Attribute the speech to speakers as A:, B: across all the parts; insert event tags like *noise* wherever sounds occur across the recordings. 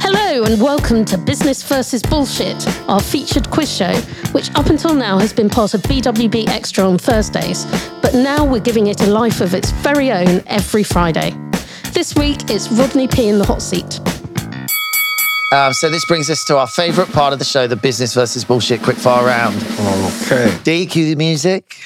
A: Hello and welcome to Business versus Bullshit, our featured quiz show, which up until now has been part of BWB Extra on Thursdays, but now we're giving it a life of its very own every Friday. This week it's Rodney P in the hot seat.
B: Uh, so this brings us to our favourite part of the show, the business versus bullshit quickfire round.
C: Okay.
B: D, cue the music.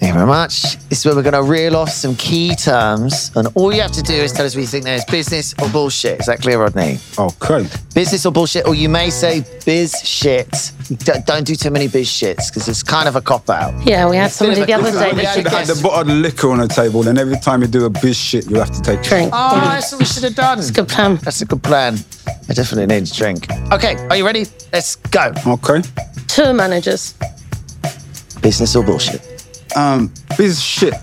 B: Thank you very much. This is where we're going to reel off some key terms, and all you have to do is tell us what you think there is business or bullshit. Is that clear, Rodney?
C: Okay.
B: Business or bullshit, or you may say biz shit. D- don't do too many biz shits because it's kind of a cop out.
A: Yeah, we had
B: Still
A: somebody the
B: have a-
A: other day
B: Yeah,
A: that
C: Should
A: did
B: I
C: have had
A: this.
C: the bottle of liquor on the table, then every time you do a biz shit, you have to take a
A: Drink.
C: shot.
B: Oh, that's what we should have done.
A: Good plan.
B: That's a good plan. I definitely need a drink. Okay, are you ready? Let's go.
C: Okay.
A: Tour managers.
B: Business or bullshit?
C: Um, biz shit.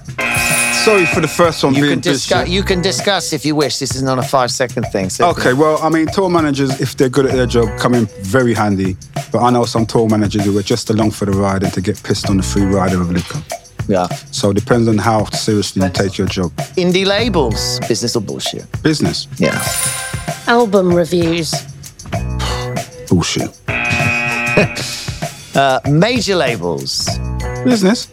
C: Sorry for the first one
B: You
C: being
B: can
C: biz
B: discuss.
C: shit.
B: You can discuss if you wish. This is not a five-second thing. So
C: Okay, well, I mean, tour managers, if they're good at their job, come in very handy. But I know some tour managers who are just along for the ride and to get pissed on the free rider of liquor.
B: Yeah.
C: So it depends on how seriously you take your job.
B: Indie labels, business or bullshit?
C: Business,
B: Yeah.
A: Album reviews.
C: bullshit.
B: Uh, major labels.
C: business.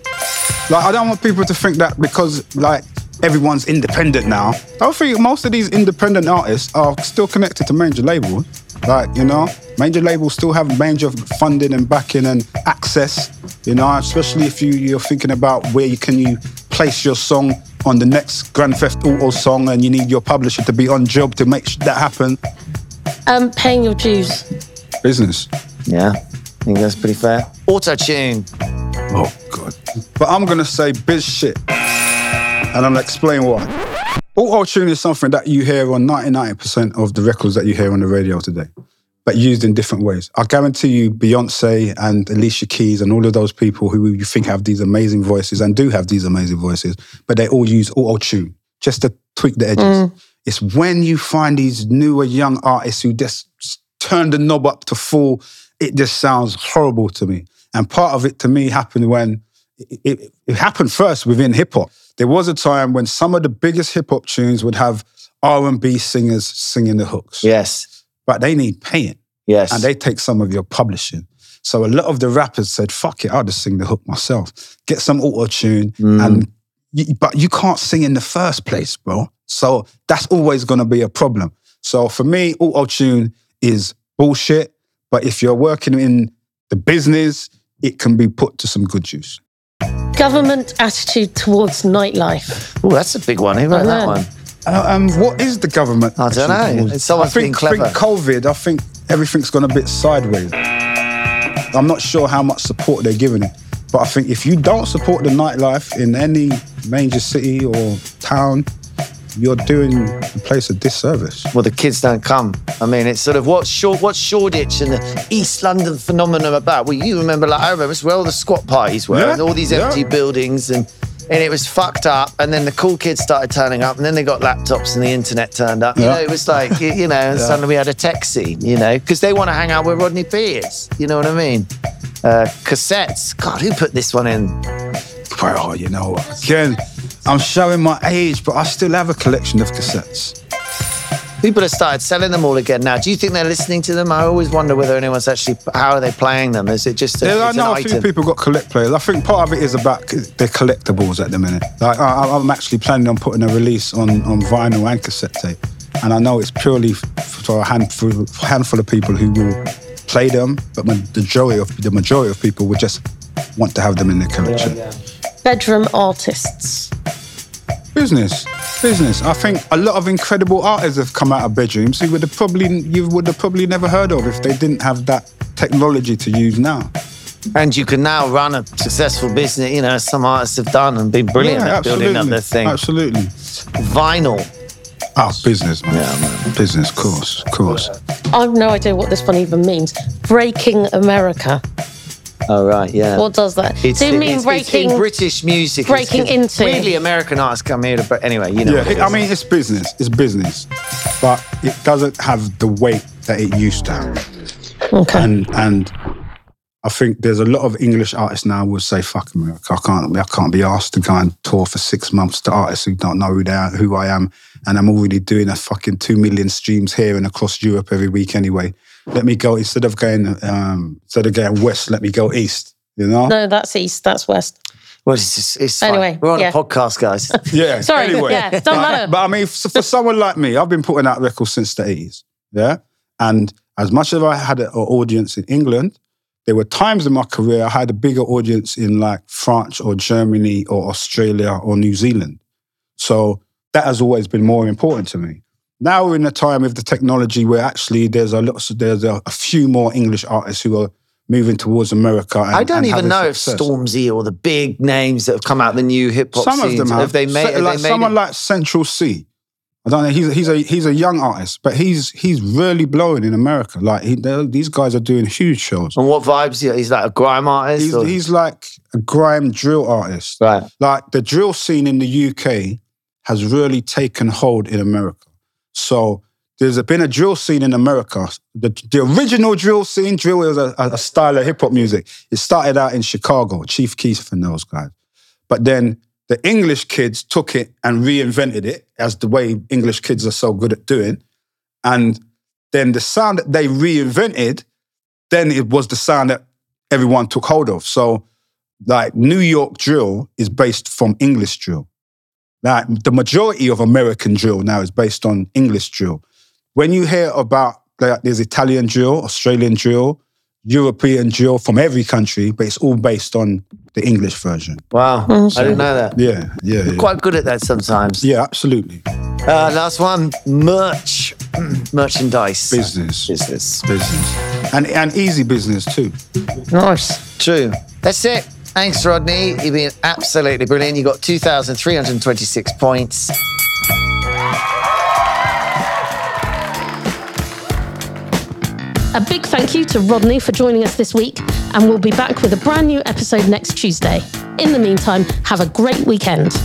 C: Like I don't want people to think that because like everyone's independent now. I think most of these independent artists are still connected to major labels. Like you know, major labels still have major funding and backing and access. You know, especially if you you're thinking about where you can you place your song on the next Grand Theft Auto song, and you need your publisher to be on job to make that happen.
A: Um, paying your dues.
C: Business.
B: Yeah. I think that's pretty fair. Auto tune.
C: Oh god. But I'm gonna say biz shit. And I'm gonna explain why. Auto tune is something that you hear on 99% of the records that you hear on the radio today, but used in different ways. I guarantee you, Beyonce and Alicia Keys and all of those people who you think have these amazing voices and do have these amazing voices, but they all use auto tune just to tweak the edges. It's when you find these newer young artists who just s- turn the knob up to full, it just sounds horrible to me. And part of it to me happened when it, it, it happened first within hip hop. There was a time when some of the biggest hip hop tunes would have R and B singers singing the hooks,
B: Yes.
C: but they need paying
B: Yes.
C: and they take some of your publishing. So a lot of the rappers said, "Fuck it, I'll just sing the hook myself. Get some auto tune, and you, but you can't sing in the first place, bro. So that's always going to be a problem. So for me, auto tune is bullshit. But if you're working in the business, it can be put to some good use.
A: Government attitude towards nightlife.
B: oh, that's a big one. Who wrote
A: I
B: that
A: know.
B: one?
C: Uh, um, what is the government?
B: I don't
C: actually
B: know.
C: doing?
B: Someone's
C: I think,
B: being clever.
C: think COVID. I think everything's gone a bit sideways. I'm not sure how much support they're giving it, but I think if you don't support the nightlife in any major city or town, you're doing the place a disservice.
B: Well, the kids don't come. I mean, it's sort of what's Shaw, what's Shoreditch and the East London phenomenon about? Well, you remember, like I remember, it's where all the squat parties were
C: Yeah,
B: and all these
C: yeah.
B: empty buildings and. And it was fucked up, and then the cool kids started turning up, and then they got laptops and the internet turned up. You
C: Yeah.
B: know, it was like, you,
C: *laughs*
B: you know, and suddenly we had a tech scene, you know, because they want to hang out where Rodney P is. You know what I mean? Uh, cassettes. God, who put this one in?
C: Well, you know, again, I'm showing my age, but I still have a collection of cassettes.
B: People have started selling them all again now. Do you think they're listening to them? I always wonder whether anyone's actually, how are they playing them? Is it just a,
C: Yeah, I
B: it's an
C: know a few
B: item?
C: people got collect players. I think part of it is about c- the collectibles at the minute. Like I, I- I'm actually planning on putting a release on, on vinyl and cassette tape, and I know it's purely f- for a handful handful of people who will play them, but ma- the majority of the majority of people would just want to have them in their collection.
A: Bedroom artists.
C: Business, business. I think a lot of incredible artists have come out of bedrooms who would have probably you would have probably never heard of if they didn't have that technology to use now.
B: And you can now run a successful business, you know, as some artists have done and been brilliant at building up their thing.
C: Absolutely.
B: Vinyl.
C: Oh, business, man.
B: Yeah,
C: Business, course, course.
A: I've no idea what this one even means. Breaking America.
B: Oh, right, yeah.
A: What does that? Do you mean
B: it's- it's in
A: breaking?
B: British music. It's-
A: breaking
B: it's-
A: into?
B: Weirdly, American artists come here to, but anyway, you know.
C: Yeah,
B: what it
C: it- I
B: is.
C: mean, it's business. It's business. But it doesn't have the weight that it used to have.
A: okay.
C: And, and I think there's a lot of English artists now who would say, fuck America. I can't, I can't be asked to go and tour for six months to artists who don't know who, they are, who I am and I'm already doing a fucking two million streams here and across Europe every week anyway. Let me go instead of going um, instead of going west. Let me go east. You know?
A: No, that's east. That's west.
B: Well, it's just, it's fine.
A: Anyway,
B: We're on
A: yeah.
B: a podcast, guys.
A: *laughs*
C: *laughs* Yeah.
A: Sorry,
C: Anyway.
A: yeah, it doesn't
C: But-
A: matter.
C: But I mean, for, for someone like me, I've been putting out records since the eighties. Yeah. And as much as I had an audience in England, there were times in my career I had a bigger audience in like France or Germany or Australia or New Zealand. So that has always been more important to me. Now we're in a time of the technology where actually there's a lot, there's a, a few more English artists who are moving towards America. And,
B: I don't
C: and
B: even
C: having
B: know if
C: success.
B: Stormzy or the big names that have come out the new hip hop.
C: Some of them have.
B: Have they made?
C: So-
B: have
C: like
B: they made
C: someone
B: it?
C: like Central C. I don't know. He's he's a he's a young artist, but he's he's really blowing in America. Like he, they're- these guys are doing huge shows.
B: and what vibes? Is that a grime artist?
C: He's,
B: or-
C: he's like a grime drill artist.
B: right.
C: Like the drill scene in the UK has really taken hold in America. So there's been a drill scene in America. The, the original drill scene, drill was a, a style of hip hop music. It started out in Chicago, Chief Keef and those guys. But then the English kids took it and reinvented it as the way English kids are so good at doing. And then the sound that they reinvented, then it was the sound that everyone took hold of. So like New York drill is based from English drill. Like the majority of American drill now is based on English drill. When you hear about like, there's Italian drill, Australian drill, European drill from every country, but it's all based on the English version.
B: Wow. I didn't know that.
C: Yeah, yeah, yeah.
B: Quite good at that sometimes.
C: yeah absolutely.
B: Uh, last one, merch, *clears throat* merchandise,
C: Business,
B: business.
C: business, and and easy business too.
A: Nice.
B: True. That's it. Thanks, Rodney. You've been absolutely brilliant. You got 2,326 points.
A: A big thank you to Rodney for joining us this week, and we'll be back with a brand new episode next Tuesday. In the meantime, have a great weekend.